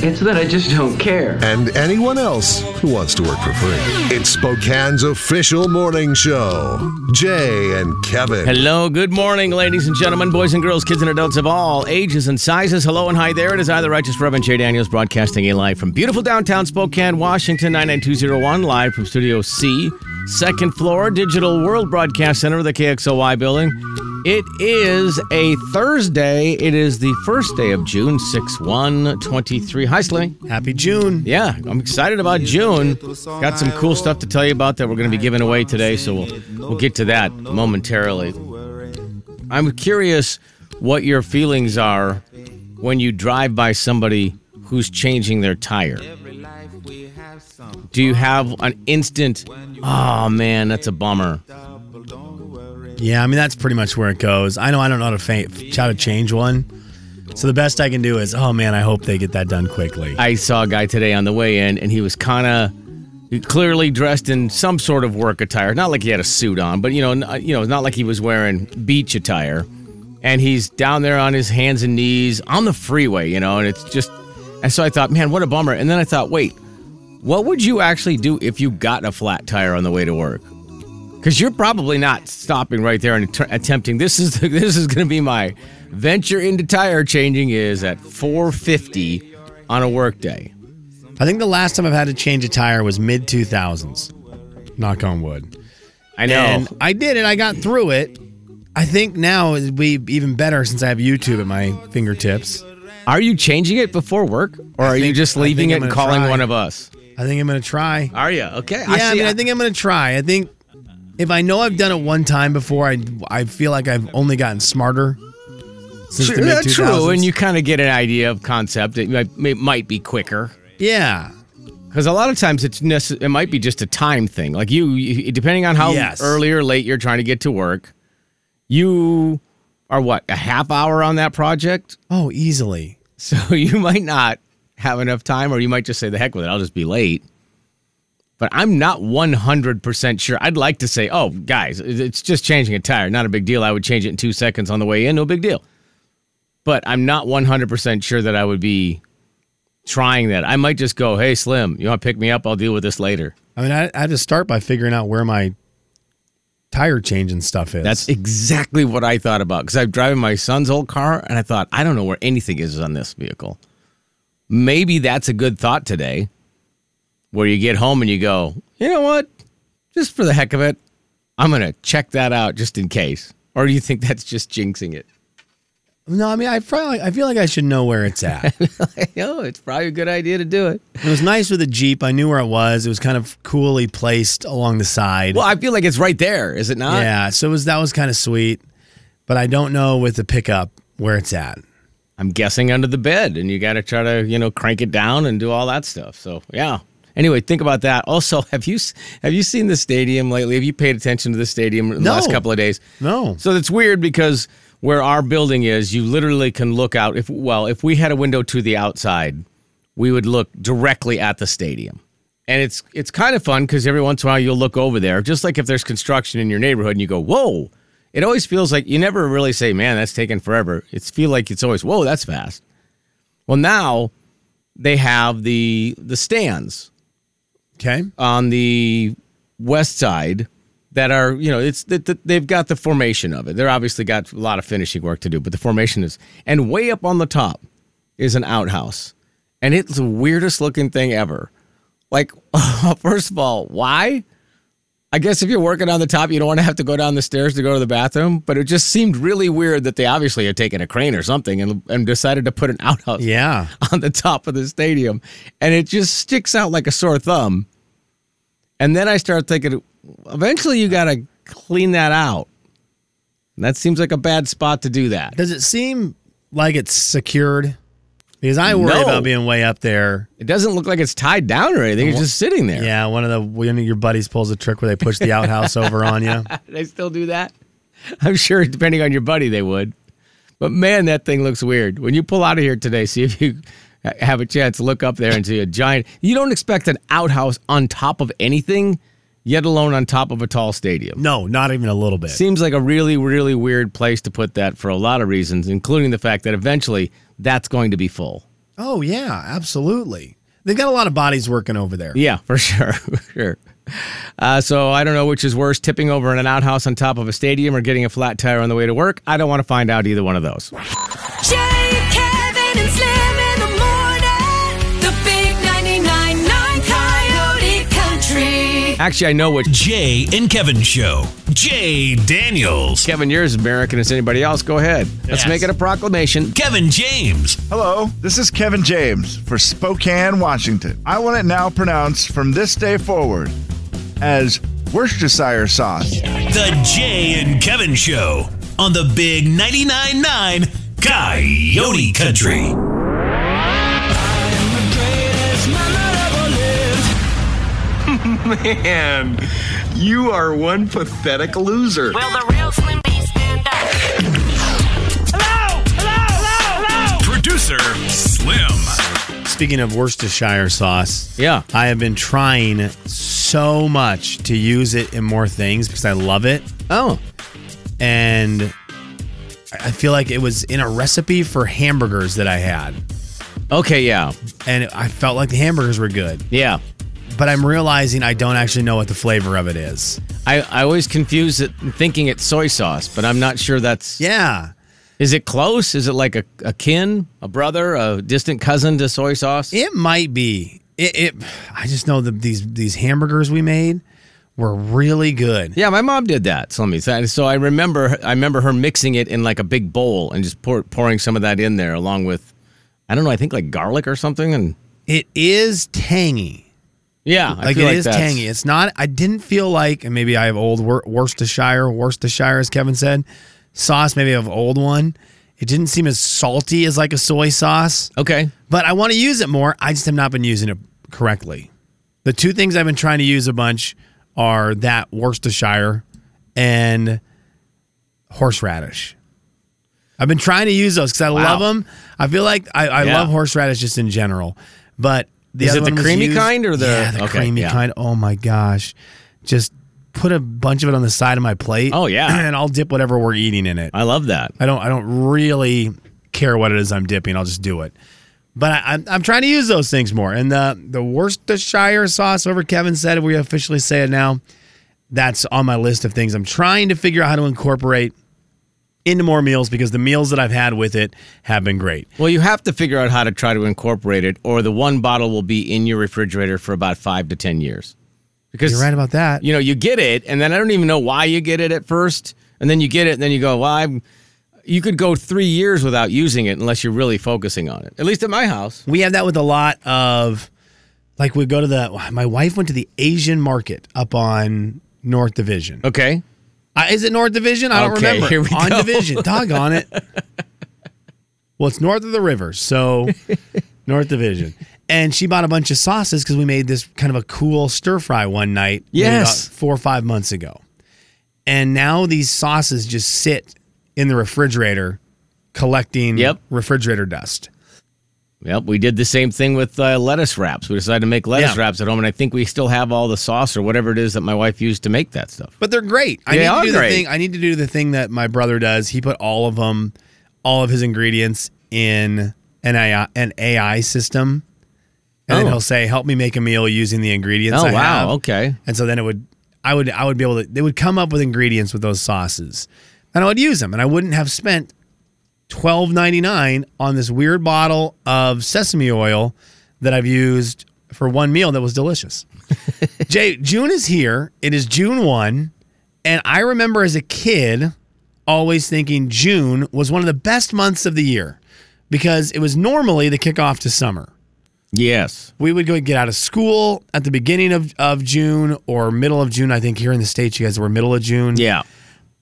it's that I just don't care. and anyone else who wants to work for free. It's Spokane's official morning show. Jay and Kevin. Hello, good morning, ladies and gentlemen, boys and girls, kids and adults of all ages and sizes. Hello and hi there. It is I, the Righteous Reverend Jay Daniels, broadcasting a live from beautiful downtown Spokane, Washington, 99201, live from Studio C, second floor, Digital World Broadcast Center of the KXOY building. It is a Thursday. It is the first day of June 6 1 23. Hi, Sling. Happy June. Yeah, I'm excited about June. Got some cool stuff to tell you about that we're going to be giving away today, so we'll we'll get to that momentarily. I'm curious what your feelings are when you drive by somebody who's changing their tire. Do you have an instant, oh man, that's a bummer? Yeah, I mean that's pretty much where it goes. I know I don't know how to fa- how to change one, so the best I can do is, oh man, I hope they get that done quickly. I saw a guy today on the way in, and he was kind of clearly dressed in some sort of work attire. Not like he had a suit on, but you know, n- uh, you know, not like he was wearing beach attire. And he's down there on his hands and knees on the freeway, you know, and it's just. And so I thought, man, what a bummer. And then I thought, wait, what would you actually do if you got a flat tire on the way to work? Because you're probably not stopping right there and att- attempting. This is this is going to be my venture into tire changing is at 4:50 on a workday. I think the last time I've had to change a tire was mid two thousands. Knock on wood. I know. And I did it. I got through it. I think now it'd be even better since I have YouTube at my fingertips. are you changing it before work, or I are you think- just I leaving think it I'm and gonna calling try. one of us? I think I'm gonna try. Are you okay? Yeah, I, mean, I think I'm gonna try. I think if I know I've done it one time before, I I feel like I've only gotten smarter since the true, mid that's 2000s. true, and you kind of get an idea of concept. It might, it might be quicker yeah. because a lot of times it's necess- it might be just a time thing. Like you, you depending on how Yes. early or late you're trying to get to work, you are what a half hour on that project, Oh, easily. so you might not have enough time, or you might just say the heck with it. I'll just be late. But I'm not 100% sure. I'd like to say, oh, guys, it- it's just changing a tire. Not a big deal. I would change it in two seconds on the way in. No big deal. But I'm not 100% sure that I would be trying that. I might just go, hey, Slim, you want to pick me up? I'll deal with this later. I mean, I, I have to start by figuring out where my tire change and stuff is. That's exactly what I thought about because I'm driving my son's old car and I thought, I don't know where anything is on this vehicle. Maybe that's a good thought today where you get home and you go, you know what? Just for the heck of it, I'm going to check that out just in case. Or do you think that's just jinxing it? no. I mean, I probably I feel like I should know where it's at. it no, it's probably a good idea to do it. was nice with the Jeep. I knew where it was. It was kind of coolly placed along the side. Well, I feel like it's right there, is it not? yeah. So it was that was kind of sweet, but I don't know with the pickup where it's at. I'm guessing under the bed, and you got to try to you know crank it down and do all that stuff. So yeah. Anyway, think about that. Also, have you have you seen the stadium lately? Have you paid attention to the stadium in the No. last couple of days? No. So it's weird because where our building is, you literally can look out. If well, if we had a window to the outside, we would look directly at the stadium. And it's it's kind of fun because every once in a while you'll look over there, just like if there's construction in your neighborhood and you go, whoa. It always feels like you never really say, man, that's taking forever. It's feel like it's always, whoa, that's fast. Well, now they have the the stands Okay. on the west side that are you know it's that that they've got the formation of it they're obviously got a lot of finishing work to do but the formation is and way up on the top is an outhouse and it's the weirdest looking thing ever like first of all why i guess if you're working on the top you don't want to have to go down the stairs to go to the bathroom but it just seemed really weird that they obviously had taken a crane or something and, and decided to put an outhouse Yeah. on the top of the stadium and it just sticks out like a sore thumb and then i start thinking eventually you got to clean that out And that seems like a bad spot to do that. Does it seem like it's secured? Because I worry No. about being way up there. It doesn't look like it's tied down or anything. It's just sitting there. Yeah, one of the one of your buddies pulls a trick where they push the outhouse over on you. They still do that? I'm sure, depending on your buddy, they would. But man, that thing looks weird. When you pull out of here today, see if you have a chance to look up there and see a giant. You don't expect an outhouse on top of anything, yet alone on top of a tall stadium. No, not even a little bit. Seems like a really, really weird place to put that for a lot of reasons, including the fact that eventually that's going to be full. Oh yeah, absolutely. They've got a lot of bodies working over there. Yeah, for sure. for sure. Uh, so I don't know which is worse, tipping over in an outhouse on top of a stadium or getting a flat tire on the way to work. I don't want to find out either one of those. Jay, Kevin, and Slim in the morning. The big 99.9 Coyote Country. Actually, I know which. Jay and Kevin Show. Jay Daniels. Kevin, you're as American as anybody else. Go ahead. Let's Yes. make it a proclamation. Kevin James. Hello, this is Kevin James for Spokane, Washington. I want it now pronounced from this day forward as Worcestershire sauce. The Jay and Kevin Show on the Big 99.9 9 Coyote Country. Man, you are one pathetic loser. Will the real Slim B stand up? Hello! Hello! Hello! Hello! Producer Slim. Speaking of Worcestershire sauce, Yeah. I have been trying so much to use it in more things because I love it, Oh, and I I feel like it was in a recipe for hamburgers that I had, okay. Yeah. and I felt like the hamburgers were good, Yeah. but I'm realizing I don't actually know what the flavor of it is. I, I always confuse it thinking it's soy sauce, but I'm not sure that's. Yeah, Is it close? Is it like a, a kin, a brother, a distant cousin to soy sauce? It might be. It. it I just know that these these hamburgers we made were really good. Yeah, my mom did that. So let me say. So I remember, I remember her mixing it in like a big bowl and just pour, pouring some of that in there, along with, I don't know, I think like garlic or something. And It is tangy. yeah, I Like it feel is that's- tangy. It's not. I didn't feel like, and maybe I have old Wor- Worcestershire, Worcestershire, as Kevin said, sauce. Maybe I have old one. It didn't seem as salty as like a soy sauce, Okay, but I want to use it more. I just have not been using it correctly. The two things I've been trying to use a bunch are that Worcestershire and horseradish. I've been trying to use those because I love 'em. love them. I feel like I, I Yeah. love horseradish just in general, but the Is other it the one was creamy used- kind or the- yeah, the okay, creamy yeah. kind? Oh my gosh, just put a bunch of it on the side of my plate. Oh, yeah. and I'll dip whatever we're eating in it. I love that. I don't I don't really care what it is I'm dipping. I'll just do it. But I, I'm, I'm trying to use those things more. And the the Worcestershire sauce, whatever Kevin said, we officially say it now. That's on my list of things I'm trying to figure out how to incorporate into more meals because the meals that I've had with it have been great. Well, you have to figure out how to try to incorporate it, or the one bottle will be in your refrigerator for about five to ten years. Because You're right about that. you know you get it, and then I don't even know why you get it at first, and then you get it, and then you go, well, I'm. You could go three years without using it unless you're really focusing on it. At least at my house. We have that with a lot of, like, we go to the. My wife went to the Asian market up on North Division. Okay. Uh, is it North Division? I don't Okay, remember. here we on go. Division. Doggone it. well, it's north of the river, so North Division. And she bought a bunch of sauces because we made this kind of a cool stir fry one night. maybe Yes. about four or five months ago. And now these sauces just sit in the refrigerator collecting Yep. refrigerator dust. Yep, we did the same thing with uh, lettuce wraps. We decided to make lettuce Yeah. wraps at home, and I think we still have all the sauce or whatever it is that my wife used to make that stuff. But they're great. I They need are to do great. the thing. I need to do the thing that my brother does. He put all of them, all of his ingredients in an AI, an AI system, and then Oh. he'll say, "Help me make a meal using the ingredients." Oh I wow, have." okay. And so then it would, I would, I would be able to. They would come up with ingredients with those sauces, and I would use them, and I wouldn't have spent twelve ninety nine on this weird bottle of sesame oil that I've used for one meal that was delicious. Jay, June is here. It is June one, and I remember as a kid always thinking June was one of the best months of the year because it was normally the kickoff to summer Yes. we would go get out of school at the beginning of, of June or middle of June. I think here in the States, you guys were middle of June. Yeah.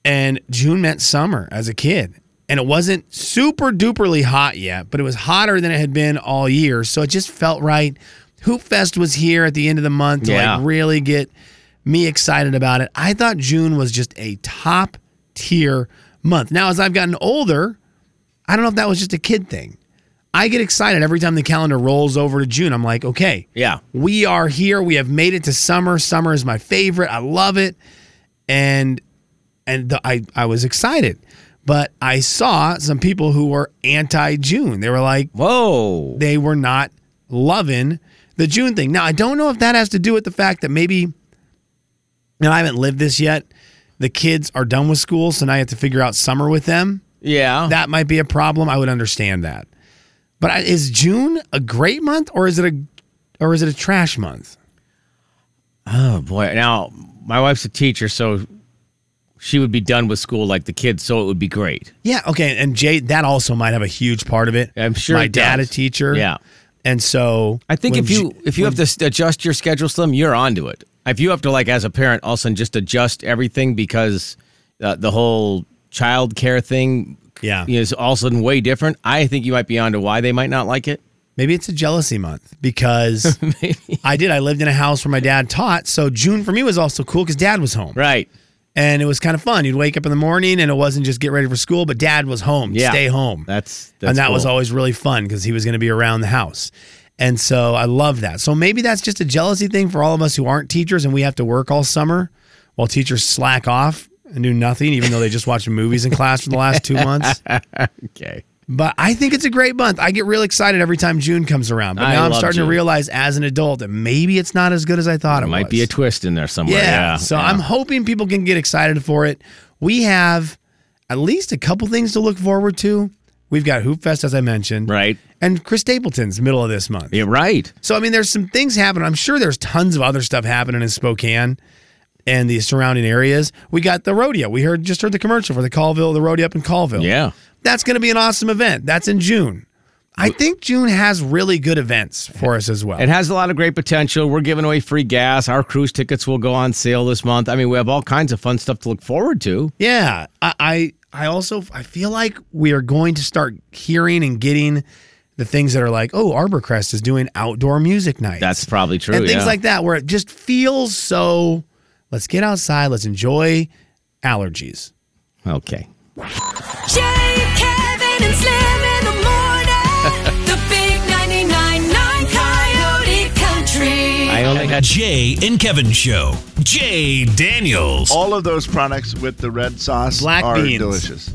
and June meant summer as a kid. And it wasn't super duperly hot yet, but it was hotter than it had been all year. So it just felt right. Hoop Fest was here at the end of the month to Yeah. like really get me excited about it. I thought June was just a top tier month. Now, as I've gotten older, I don't know if that was just a kid thing. I get excited every time the calendar rolls over to June. I'm like, okay, Yeah. we are here. We have made it to summer. Summer is my favorite. I love it. And and the, I I was excited. But I saw some people who were anti June. They were like Whoa. they were not loving the June thing. Now I don't know if that has to do with the fact that maybe and I haven't lived this yet. The kids are done with school, so now I have to figure out summer with them Yeah. that might be a problem. I would understand that. But I- is June a great month or is it a or is it a trash month? oh boy. Now my wife's a teacher, so she would be done with school like the kids, so it would be great. Yeah, okay, and Jay, that also might have a huge part of it. I'm sure my it dad does. a teacher. Yeah. and so I think when if you Ju- if you have to s- adjust your schedule, Slim, you're onto it. If you have to like as a parent, all of a sudden just adjust everything because uh, the whole child care thing Yeah. is all of a sudden way different. I think you might be onto why they might not like it. maybe it's a jealousy month because I did. I lived in a house where my dad taught, so June for me was also cool because dad was home. Right. and it was kind of fun. You'd wake up in the morning and it wasn't just get ready for school, but dad was home. Yeah. Stay home. That's- that's and that was cool. always really fun because he was going to be around the house. And so I love that. So maybe that's just a jealousy thing for all of us who aren't teachers and we have to work all summer while teachers slack off and do nothing, even though they just watched movies in class for the last two months. Okay. But I think it's a great month. I get real excited every time June comes around. But I now I'm love starting June. to realize as an adult that maybe it's not as good as I thought it, There might was. be a twist in there somewhere. Yeah. So yeah. I'm hoping people can get excited for it. We have at least a couple things to look forward to. We've got Hoop Fest, as I mentioned. right. And Chris Stapleton's middle of this month. Yeah, right. So, I mean, there's some things happening. I'm sure there's tons of other stuff happening in Spokane and the surrounding areas. We got the rodeo. We heard just heard the commercial for the Colville, the rodeo up in Colville. Yeah. That's going to be an awesome event. That's in June. I think June has really good events for us as well. It has a lot of great potential. We're giving away free gas. Our cruise tickets will go on sale this month. I mean, we have all kinds of fun stuff to look forward to. Yeah, I, I I also I feel like we are going to start hearing and getting the things that are like, oh, Arborcrest is doing outdoor music nights. That's probably true. and things yeah. like that, where it just feels so. Let's get outside. Let's enjoy allergies. Okay. Jay, Kevin, and Slim in the morning. the big 99.9 Coyote Country. I only had Jay and Kevin Show. Jay Daniels. All of those products with the red sauce Black are beans. delicious.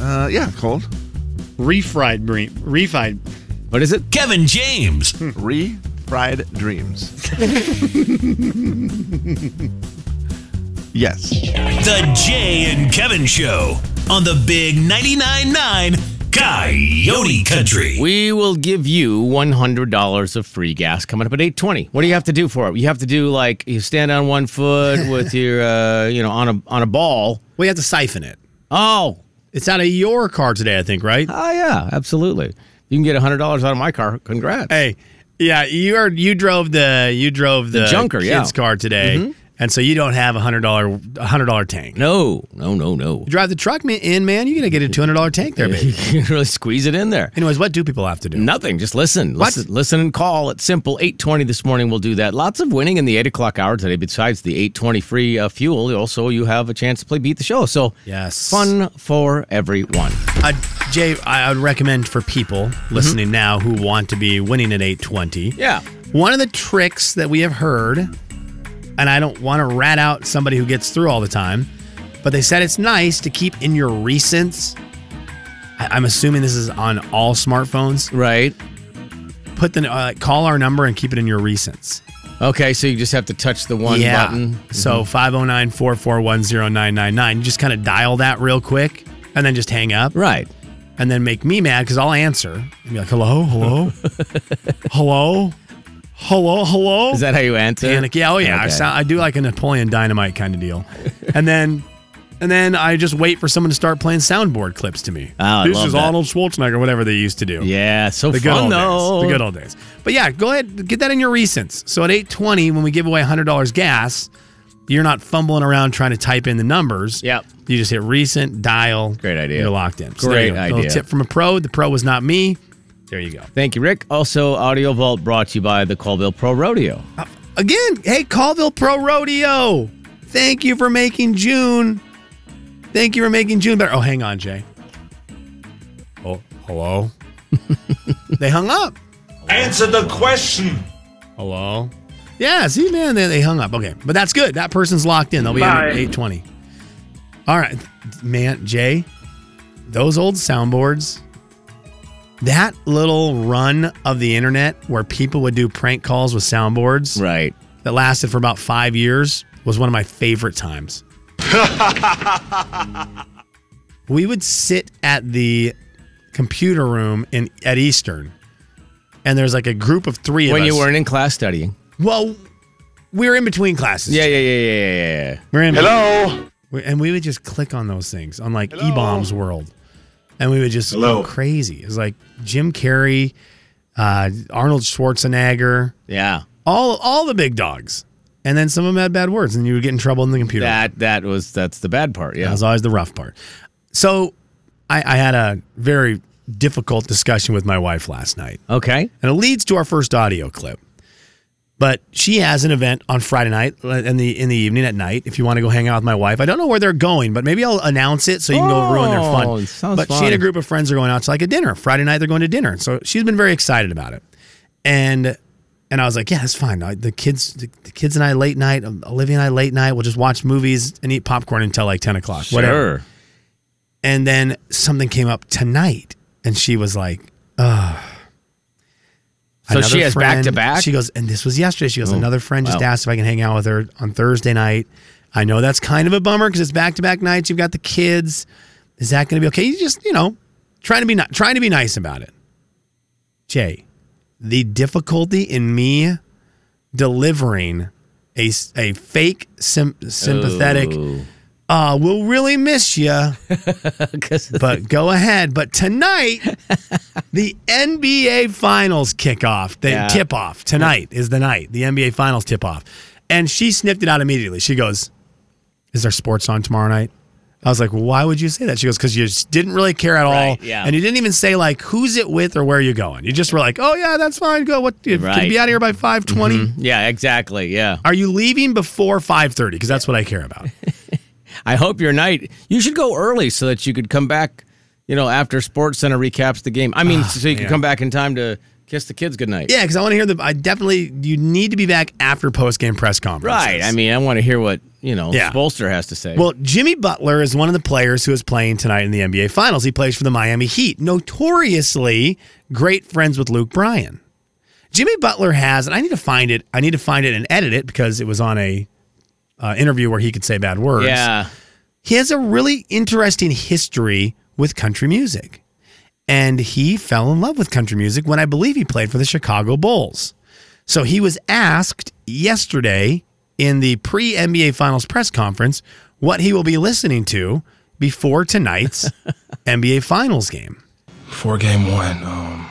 Uh, yeah, cold. Refried, bre- refried. what is it? Kevin James. Re-fried dreams. yes. The Jay and Kevin Show on the Big 99.9 9 Coyote Country. We will give you $100 of free gas coming up at 8:20. What do you have to do for it? You have to do like you stand on one foot with your uh, you know, on a on a ball. We have to siphon it. Oh. It's out of your car today, I think, right? Oh yeah, absolutely. You can get $100 out of my car. Congrats. Hey, yeah, you are you drove the you drove the, junker, kids yeah. Mm-hmm. car today, and so you don't have a hundred dollar a hundred dollar tank. No, no, no, no. drive the truck ma- in, man, you're gonna get a two hundred dollar tank there, You baby. can really squeeze it in there. Anyways, what do people have to do? Nothing. Just listen. What? Listen, listen and call. It's simple. 820 this morning. We'll do that. Lots of winning in the 8 o'clock hour today. Besides the 820 free uh, fuel, also you have a chance to play Beat the Show. So Yes. fun for everyone. Uh, Jay, I I would recommend for people listening now who want to be winning at eight twenty. Yeah. One of the tricks that we have heard, and I don't want to rat out somebody who gets through all the time, but they said it's nice to keep in your recents. I- I'm assuming this is on all smartphones. Right. Put the uh, call our number and keep it in your recents. Okay, so you just have to touch the one button. So 509 441 0999. You just kind of dial that real quick and then just hang up Right. and then make me mad because I'll answer and be like, hello, hello, hello, hello, hello. Is that how you answer? panic? Yeah, oh yeah. I, Okay. sound, I do like a Napoleon Dynamite kind of deal. and then. And then I just wait for someone to start playing soundboard clips to me. Oh, I this love is that. Arnold Schwarzenegger, whatever they used to do Yeah, so the good fun old though. days. The good old days. But yeah, go ahead, get that in your recents. So at eight twenty, when we give away hundred dollars gas, You're not fumbling around trying to type in the numbers. Yep. You just hit recent, dial. Great idea. You're locked in. Great there you go. Little idea. tip from a pro. The pro was not me. There you go. Thank you, Rick. Also, Audio Vault brought to you by the Colville Pro Rodeo. Again, hey, Colville Pro Rodeo. Thank you for making June. Thank you for making June better. Oh, hang on, Jay. Oh, hello. they hung up. Answer the question. Hello. Yeah, see, man, they, they hung up. Okay, but that's good. That person's locked in. They'll be on Bye. at eight twenty. All right, man, Jay. Those old soundboards. That little run of the internet where people would do prank calls with soundboards, right? That lasted for about five years was one of my favorite times. we would sit at the computer room in at Eastern, and there's like a group of three when of us. you weren't in class studying. Well, we were in between classes. Yeah, yeah, yeah, yeah, yeah, yeah. We're in Hello? We- And we would just click on those things on like E Bombs World. And we would just Hello? go crazy. It was like Jim Carrey, uh, Arnold Schwarzenegger. Yeah. All all the big dogs. And then some of them had bad words and you would get in trouble in the computer. That that was that's the bad part. Yeah. That was always the rough part. So I, I had a very difficult discussion with my wife last night. Okay. And it leads to our first audio clip. But she has an event on Friday night uh, in the in the evening at night. If you want to go hang out with my wife, I don't know where they're going, but maybe I'll announce it so you can go ruin their Oh, fun. sounds but she fun. and a group of friends are going out to like a dinner Friday night. They're going to dinner, so she's been very excited about it. And and I was like, yeah, that's fine. I- The kids the, the kids and I late night, Olivia and I late night. We'll just watch movies and eat popcorn until like ten o'clock. Whatever. Sure. And then something came up tonight, and she was like, "Ugh." So she Another has back to friend- back? She goes, and this was yesterday. She goes, Oh, another friend just wow. asked if I can hang out with her on Thursday night. I know that's kind of a bummer because it's back to back nights. You've got the kids. Is that going to be okay? You just, you know, trying to be ni- trying to be nice about it. Jay, the difficulty in me delivering a, s- a fake sym- sympathetic Oh. uh, we'll really miss you. but go ahead. But tonight, the NBA Finals kickoff, the Yeah. tip off tonight is the night, the NBA Finals tip off. And she sniffed it out immediately. She goes, Is there sports on tomorrow night? I was like, Why would you say that? She goes, Because you just didn't really care at all. Right, yeah. And you didn't even say, like, who's it with or where are you going? You just were like, Oh, yeah, that's fine. Go. What? Can Right. you be out of here by 520? Mhm. Yeah, exactly. Yeah. Are you leaving before 5:30 because that's what I care about. I hope your night you should go early so that you could come back, you know, after Sports Center recaps the game. I mean, Ah, so you man. could come back in time to kiss the kids goodnight. Yeah, because I want to hear the. I definitely. You need to be back after post game press conference. Right. I mean, I want to hear what, you know, Yeah. Spolster has to say. Well, Jimmy Butler is one of the players who is playing tonight in the NBA Finals. He plays for the Miami Heat, notoriously great friends with Luke Bryan. Jimmy Butler has, and I need to find it. I need to find it and edit it because it was on a uh, interview where he could say bad words. Yeah. he has a really interesting history with country music. And he fell in love with country music when I believe he played for the Chicago Bulls. So he was asked yesterday in the pre NBA Finals press conference what he will be listening to before tonight's NBA Finals game. Before game one, um,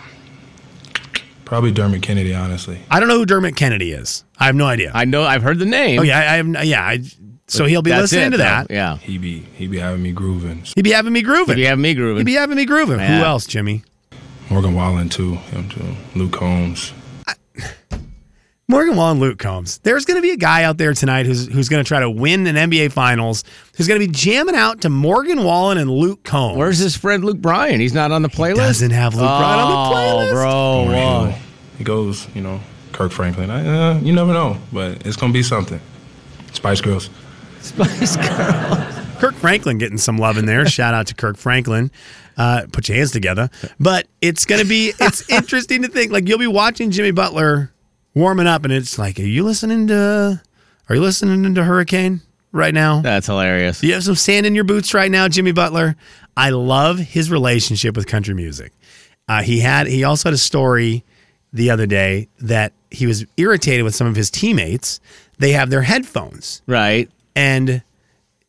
probably Dermot Kennedy, honestly. I don't know who Dermot Kennedy is. I have no idea. I know. I've heard the name. Oh, yeah. I, I have, yeah. I, so But he'll be that's listening it, to though. that. Yeah. He be he be having me grooving. He'd be having me grooving. He'd be having me grooving. He'd be having me grooving. Who Yeah. else, Jimmy? Morgan Wallen too, him too. Luke Holmes. Morgan Wall and Luke Combs. There's going to be a guy out there tonight who's who's going to try to win an NBA Finals. Who's going to be jamming out to Morgan Wallen and Luke Combs. Where's his friend Luke Bryan? He's not on the playlist. doesn't have Luke Bryan on the Oh, bro. Or, you whoa. know, He goes, you know, Kirk Franklin. I, uh, you never know, but it's gonna be something. Spice Girls. Kirk Franklin getting some love in there. Shout out to Kirk Franklin. Uh, put your hands together. But it's going to be it's interesting to think like you'll be watching Jimmy Butler warming up, and it's like, are you listening to are you listening to Hurricane right now? That's hilarious. Do you have some sand in your boots right now, Jimmy Butler? I love his relationship with country music. Uh, he had he also had a story the other day that he was irritated with some of his teammates. They have their headphones, right, and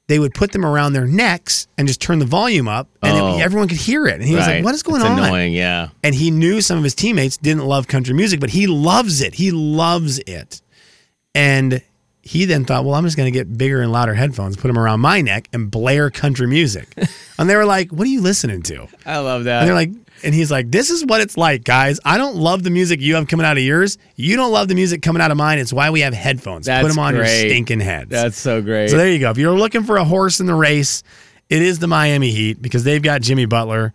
they would put them around their necks and just turn the volume up, and it- Oh. everyone could hear it. And he was Right. like, "What is going It's on?" Annoying. Yeah. And he knew some of his teammates didn't love country music, but he loves it. He loves it. And He then thought, well, I'm just going to get bigger and louder headphones, put them around my neck, and blare country music. and they were like, what are you listening to? I love that. And they're like, and he's like, this is what it's like, guys. I don't love the music you have coming out of yours. You don't love the music coming out of mine. It's why we have headphones. Put That's them on your great. stinking heads. That's so great. So there you go. If you're looking for a horse in the race, it is the Miami Heat because they've got Jimmy Butler,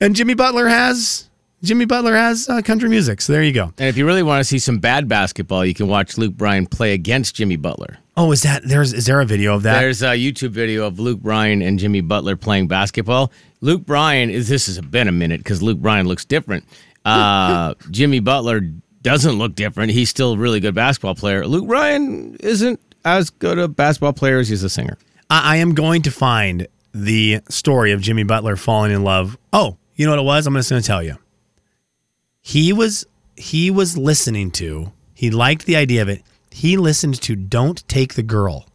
and Jimmy Butler has Jimmy Butler has uh, country music. So there you go. and if you really want to see some bad basketball, you can watch Luke Bryan play against Jimmy Butler. Oh, is that there's is there a video of that? There's a YouTube video of Luke Bryan and Jimmy Butler playing basketball. Luke Bryan is this has been a minute because Luke Bryan looks different. Uh, Jimmy Butler doesn't look different. He's still a really good basketball player. Luke Bryan isn't as good a basketball player as he's a singer. I, I am going to find the story of Jimmy Butler falling in love. Oh, you know what it was? I'm just going to tell you. He was he was listening to. He liked the idea of it. He listened to "Don't Take the Girl."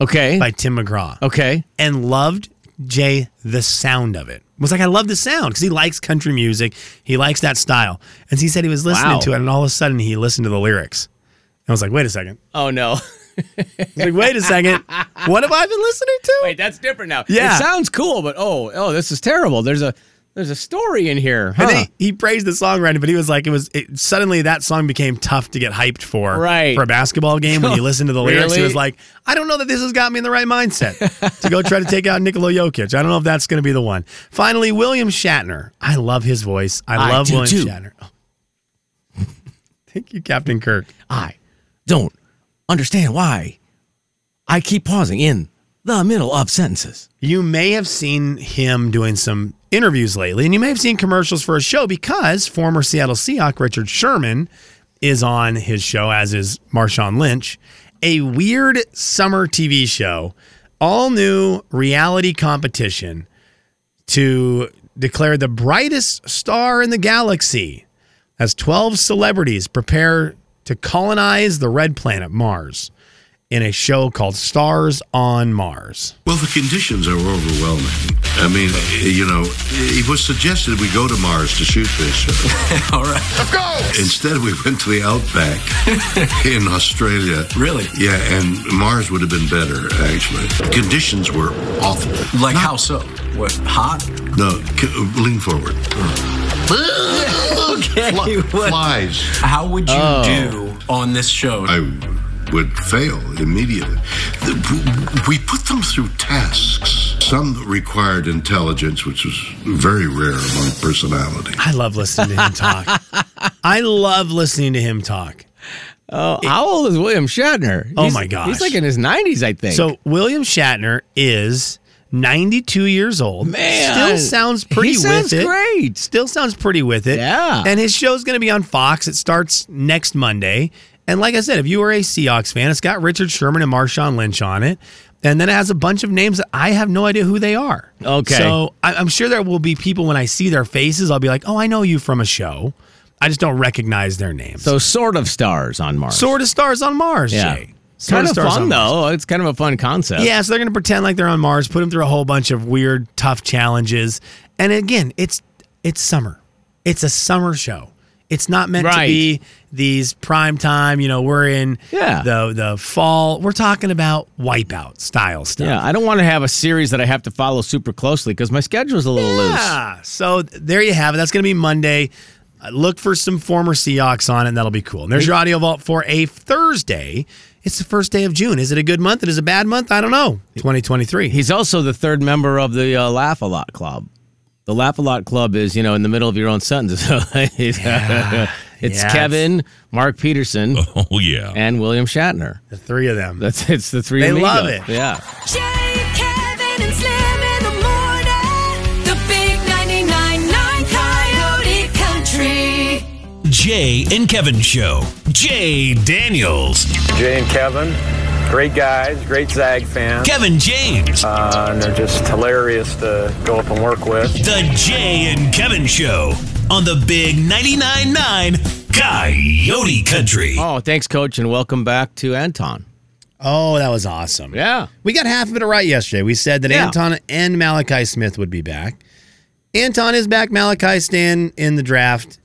Okay. By Tim McGraw. Okay. And loved Jay the sound of it. Was like I love the sound because he likes country music. He likes that style. And he said he was listening Wow. to it, and all of a sudden he listened to the lyrics. And I was like, wait a second. Oh no. I was like, wait a second. What have I been listening to? Wait, that's different now. Yeah. It sounds cool, but oh, oh, this is terrible. There's a there's a story in here. Huh? And then he, he praised the songwriting, but he was like, it was it, suddenly that song became tough to get hyped for Right. for a basketball game. When you listen to the lyrics, he Really? was like, I don't know that this has got me in the right mindset to go try to take out Nikola Jokic. I don't know if that's going to be the one. Finally, William Shatner. I love his voice. I, I love do too. William Shatner. Oh. Thank you, Captain Kirk. I don't understand why I keep pausing in the middle of sentences. You may have seen him doing some interviews lately, and you may have seen commercials for his show because former Seattle Seahawk Richard Sherman is on his show, as is Marshawn Lynch, a weird summer TV show, all new reality competition to declare the brightest star in the galaxy as 12 celebrities prepare to colonize the red planet Mars in a show called Stars on Mars. Well, the conditions are overwhelming. I mean, you know, it was suggested we go to Mars to shoot this show. All right. Let's go! Instead, we went to the outback in Australia. Really? Yeah, and Mars would have been better, actually. Conditions were awful. Like how so? What, hot? No, c- lean forward. okay. Flies. How would you Oh. do on this show? I would fail immediately. The- w- We put them through tasks, some that required intelligence, which was very rare among personality. I love listening to him talk. I love listening to him talk. Oh, how old is William Shatner? Oh He's- my gosh. He's like in his 90s, I think. So William Shatner is 92 years old. Man. still sounds pretty He sounds with it. great. Still sounds pretty with it. Yeah. And his show's going to be on Fox. It starts next Monday. And like I said, if you are a Seahawks fan, it's got Richard Sherman and Marshawn Lynch on it. And then it has a bunch of names that I have no idea who they are. Okay. So I- I'm sure there will be people when I see their faces, I'll be like, oh, I know you from a show. I just don't recognize their names. So sort of stars on Mars. Sort of stars on Mars. Yeah. Jay. Sort Kind of stars fun on Mars. though. It's kind of a fun concept. Yeah, so they're going to pretend like they're on Mars, put them through a whole bunch of weird, tough challenges. And again, it's it's summer. It's a summer show. It's not meant to Right. be these prime time. You know, we're in Yeah. the the fall. We're talking about wipeout style stuff. Yeah, I don't want to have a series that I have to follow super closely because my schedule's a little loose. Yeah. So th- there you have it. That's going to be Monday. Uh, Look for some former Seahawks on it, and that'll be cool. And there's your audio vault for a Thursday. It's the first day of June. Is it a good month? It is a bad month? I don't know. 2023. He's also the third member of the uh, Laugh a Lot Club. The Laugh a Lot Club is, you know, in the middle of your own sentences. it's Yeah. Kevin, Mark Peterson, oh yeah, and William Shatner. The three of them. That's it's the three. They amigos. love it. Yeah. Jay, Kevin, and Slim in the morning. The big 99.9 Coyote Country. Jay and Kevin Show. Jay Daniels. Jay and Kevin, great guys, great Zag fans. Kevin James. Uh, and they're just hilarious to go up and work with. The Jay and Kevin Show on the Big 99.9 9 Coyote Country. Oh, thanks, Coach, and welcome back to Anton. Oh, that was awesome. Yeah. We got half of it right yesterday. We said that Yeah. Anton and Malachi Smith would be back. Anton is back. Malachi staying in the draft.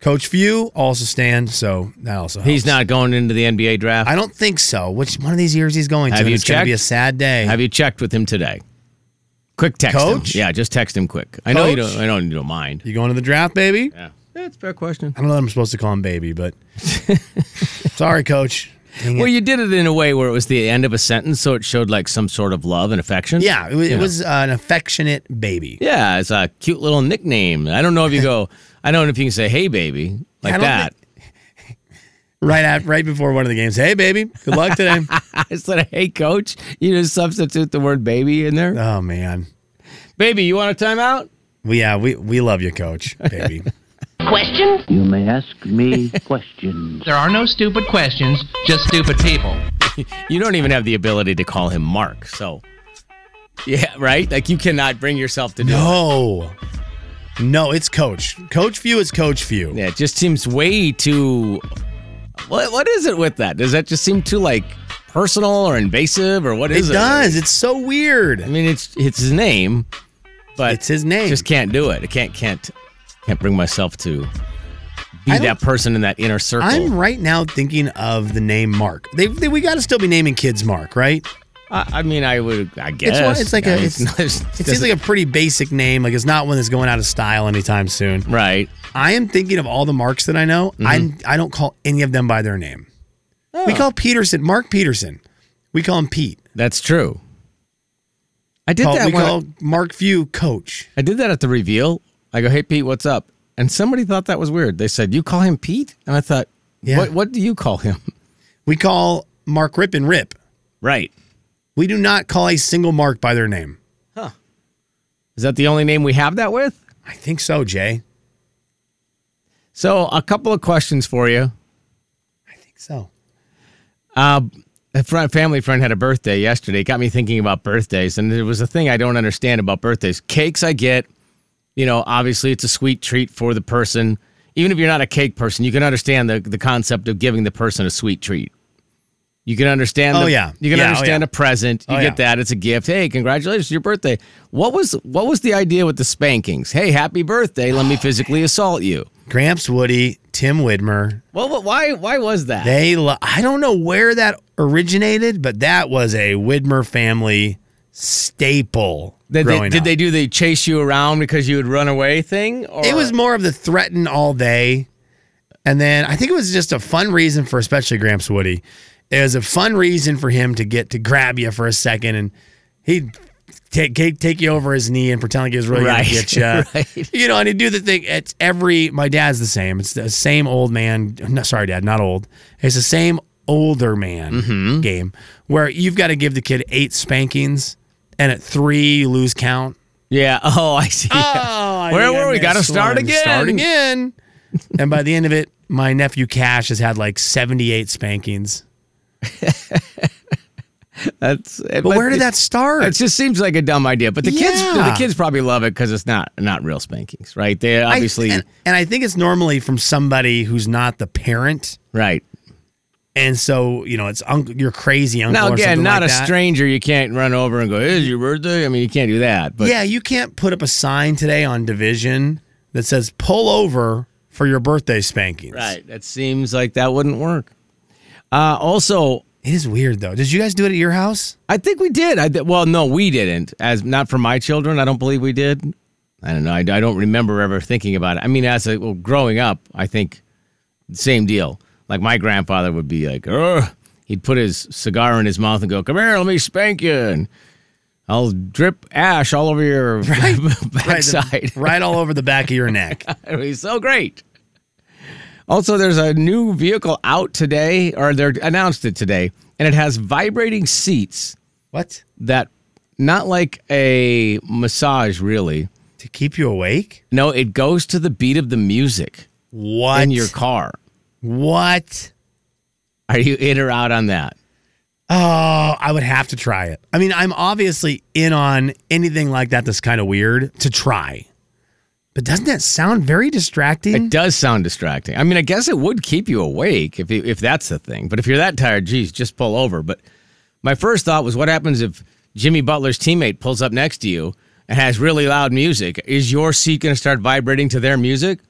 Coach Few also stands, so that also helps. He's not going into the NBA draft. I don't think so. Which one of these years he's going to? Have and you it's gonna be a checked? sad day. Have you checked with him today? Quick text Coach? him. Yeah, just text him quick. I know you Coach? don't. I know you don't mind. You going to the draft, baby? Yeah. That's a fair question. I don't know that I'm supposed to call him baby, but sorry, coach. Dang it. Well, you did it in a way where it was the end of a sentence, so it showed like some sort of love and affection. yeah, it was, You it know. was uh, an affectionate baby. Yeah, it's a cute little nickname. I don't know if you go. I don't know if you can say "Hey, baby" I like don't that. Right at, right before one of the games. Hey, baby, good luck today. Instead of "Hey, coach," you just substitute the word "baby" in there. oh man, Baby, you want a timeout? well, yeah, we we love you, coach, baby. Questions? You may ask me questions. There are no stupid questions, just stupid people. You don't even have the ability to call him Mark. So, yeah, right. Like you cannot bring yourself to do. it. no, no, it's coach. Coach Few is coach Few. Yeah, it just seems way too. What what is it with that? Does that just seem too like personal or invasive or what It is it? does. It's so weird. I mean, it's it's his name, but It's his name. Just can't do it. I can't can't can't bring myself to be I don't- that person in that inner circle. I'm right now thinking of the name Mark. They, they we got to still be naming kids Mark, right? I, I mean, I would. I It's guess one- it's like I a- mean, it's- not- It seems like a pretty basic name. Like it's not one that's going out of style anytime soon. Right. I am thinking of all the marks that I know. Mm-hmm. I'm- I don't call any of them by their name. Oh. We call Peterson Mark Peterson. We call him Pete. that's true. I did Call- that. We when I- call Mark Few Coach. I did that at the reveal. I go, "Hey Pete, what's up?" And somebody thought that was weird. They said, "You call him Pete?" And I thought, Yeah. "What what do you call him?" We call Mark Rip and Rip. Right. We do not call a single Mark by their name. Is that the only name we have that with? I think so, Jay. So, a couple of questions for you. I think so. Uh, a friend, family friend had a birthday yesterday. It got me thinking about birthdays, and there was a thing I don't understand about birthdays. Cakes, I get. You know, obviously, it's a sweet treat for the person. Even if you're not a cake person, you can understand the, the concept of giving the person a sweet treat. You can understand. Oh, the- yeah. You can Yeah, oh, understand yeah. a present. You Oh, get yeah. that. It's a gift. Hey, congratulations, your birthday. What was what was the idea with the spankings? Hey, happy birthday. Let me physically assault you. Gramps Woody, Tim Widmer. Well, what, why why was that? They lo- I don't know where that originated, but that was a Widmer family staple. Did they, growing did up. they do the chase you around because you would run away thing? Or? It was more of the threaten all day. And then I think it was just a fun reason for especially Gramps Woody. It was a fun reason for him to get to grab you for a second and he'd take take, take you over his knee and pretend like he was really Right, gonna get you. You know, and he'd do the thing. It's every my dad's the same. It's the same old man. No, sorry, dad, not old. It's the same older man Mm-hmm. game where you've got to give the kid eight spankings and at three you lose count. yeah. Oh, I see. Uh, I Where think I were we? Got to missed Oh, start one. again. Start again. and by the end of it, my nephew Cash has had like 78 spankings. That's. eh, But, where did that start? It just seems like a dumb idea, but the kids the Yeah. kids probably love it because it's not not real spankings, right? They I- obviously and, and I think it's normally from somebody who's not the parent. right. And so, you know, it's uncle, your crazy uncle. Now or again, something not like a that. stranger. You can't run over and go, "Is your birthday?" I mean, you can't do that. But yeah, you can't put up a sign today on Division that says pull over for your birthday spankings. right. That seems like that wouldn't work. Uh, also, It is weird though. Did you guys do it at your house? I think we did. I th- well, no, we didn't. As not for my children, I don't believe we did. I don't know. I, I don't remember ever thinking about it. I mean, as a, well, growing up, I think same deal. Like my grandfather would be like, Ugh. he'd put his cigar in his mouth and go, "Come here, let me spank you." And I'll drip ash all over your Right, the- backside. right all over the back of your neck. It was so great. Also, there's a new vehicle out today, or they are announced it today, and it has vibrating seats What? that not like a massage really. To keep you awake? No, it goes to the beat of the music What? in your car. What? Are you in or out on that? Oh, I would have to try it. I mean, I'm obviously in on anything like that that's kind of weird to try. But doesn't that sound very distracting? It does sound distracting. I mean, I guess it would keep you awake if you, if that's the thing. But if you're that tired, geez, just pull over. But my first thought was, what happens if Jimmy Butler's teammate pulls up next to you and has really loud music? Is your seat going to start vibrating to their music?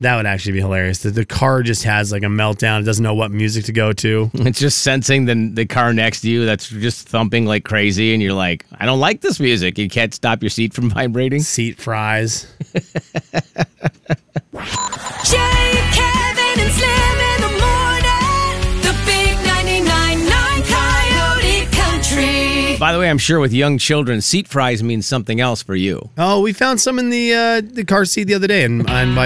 That would actually be hilarious. The, the car just has like a meltdown. It doesn't know what music to go to. It's just sensing the, the car next to you that's just thumping like crazy, and you're like, I don't like this music. You can't stop your seat from vibrating. Seat fries. Jay, Kevin, and Slim in the morning. The big 99.9 Coyote Country. By the way, I'm sure with young children, seat fries means something else for you. Oh, we found some in the uh, the car seat the other day, and I invited.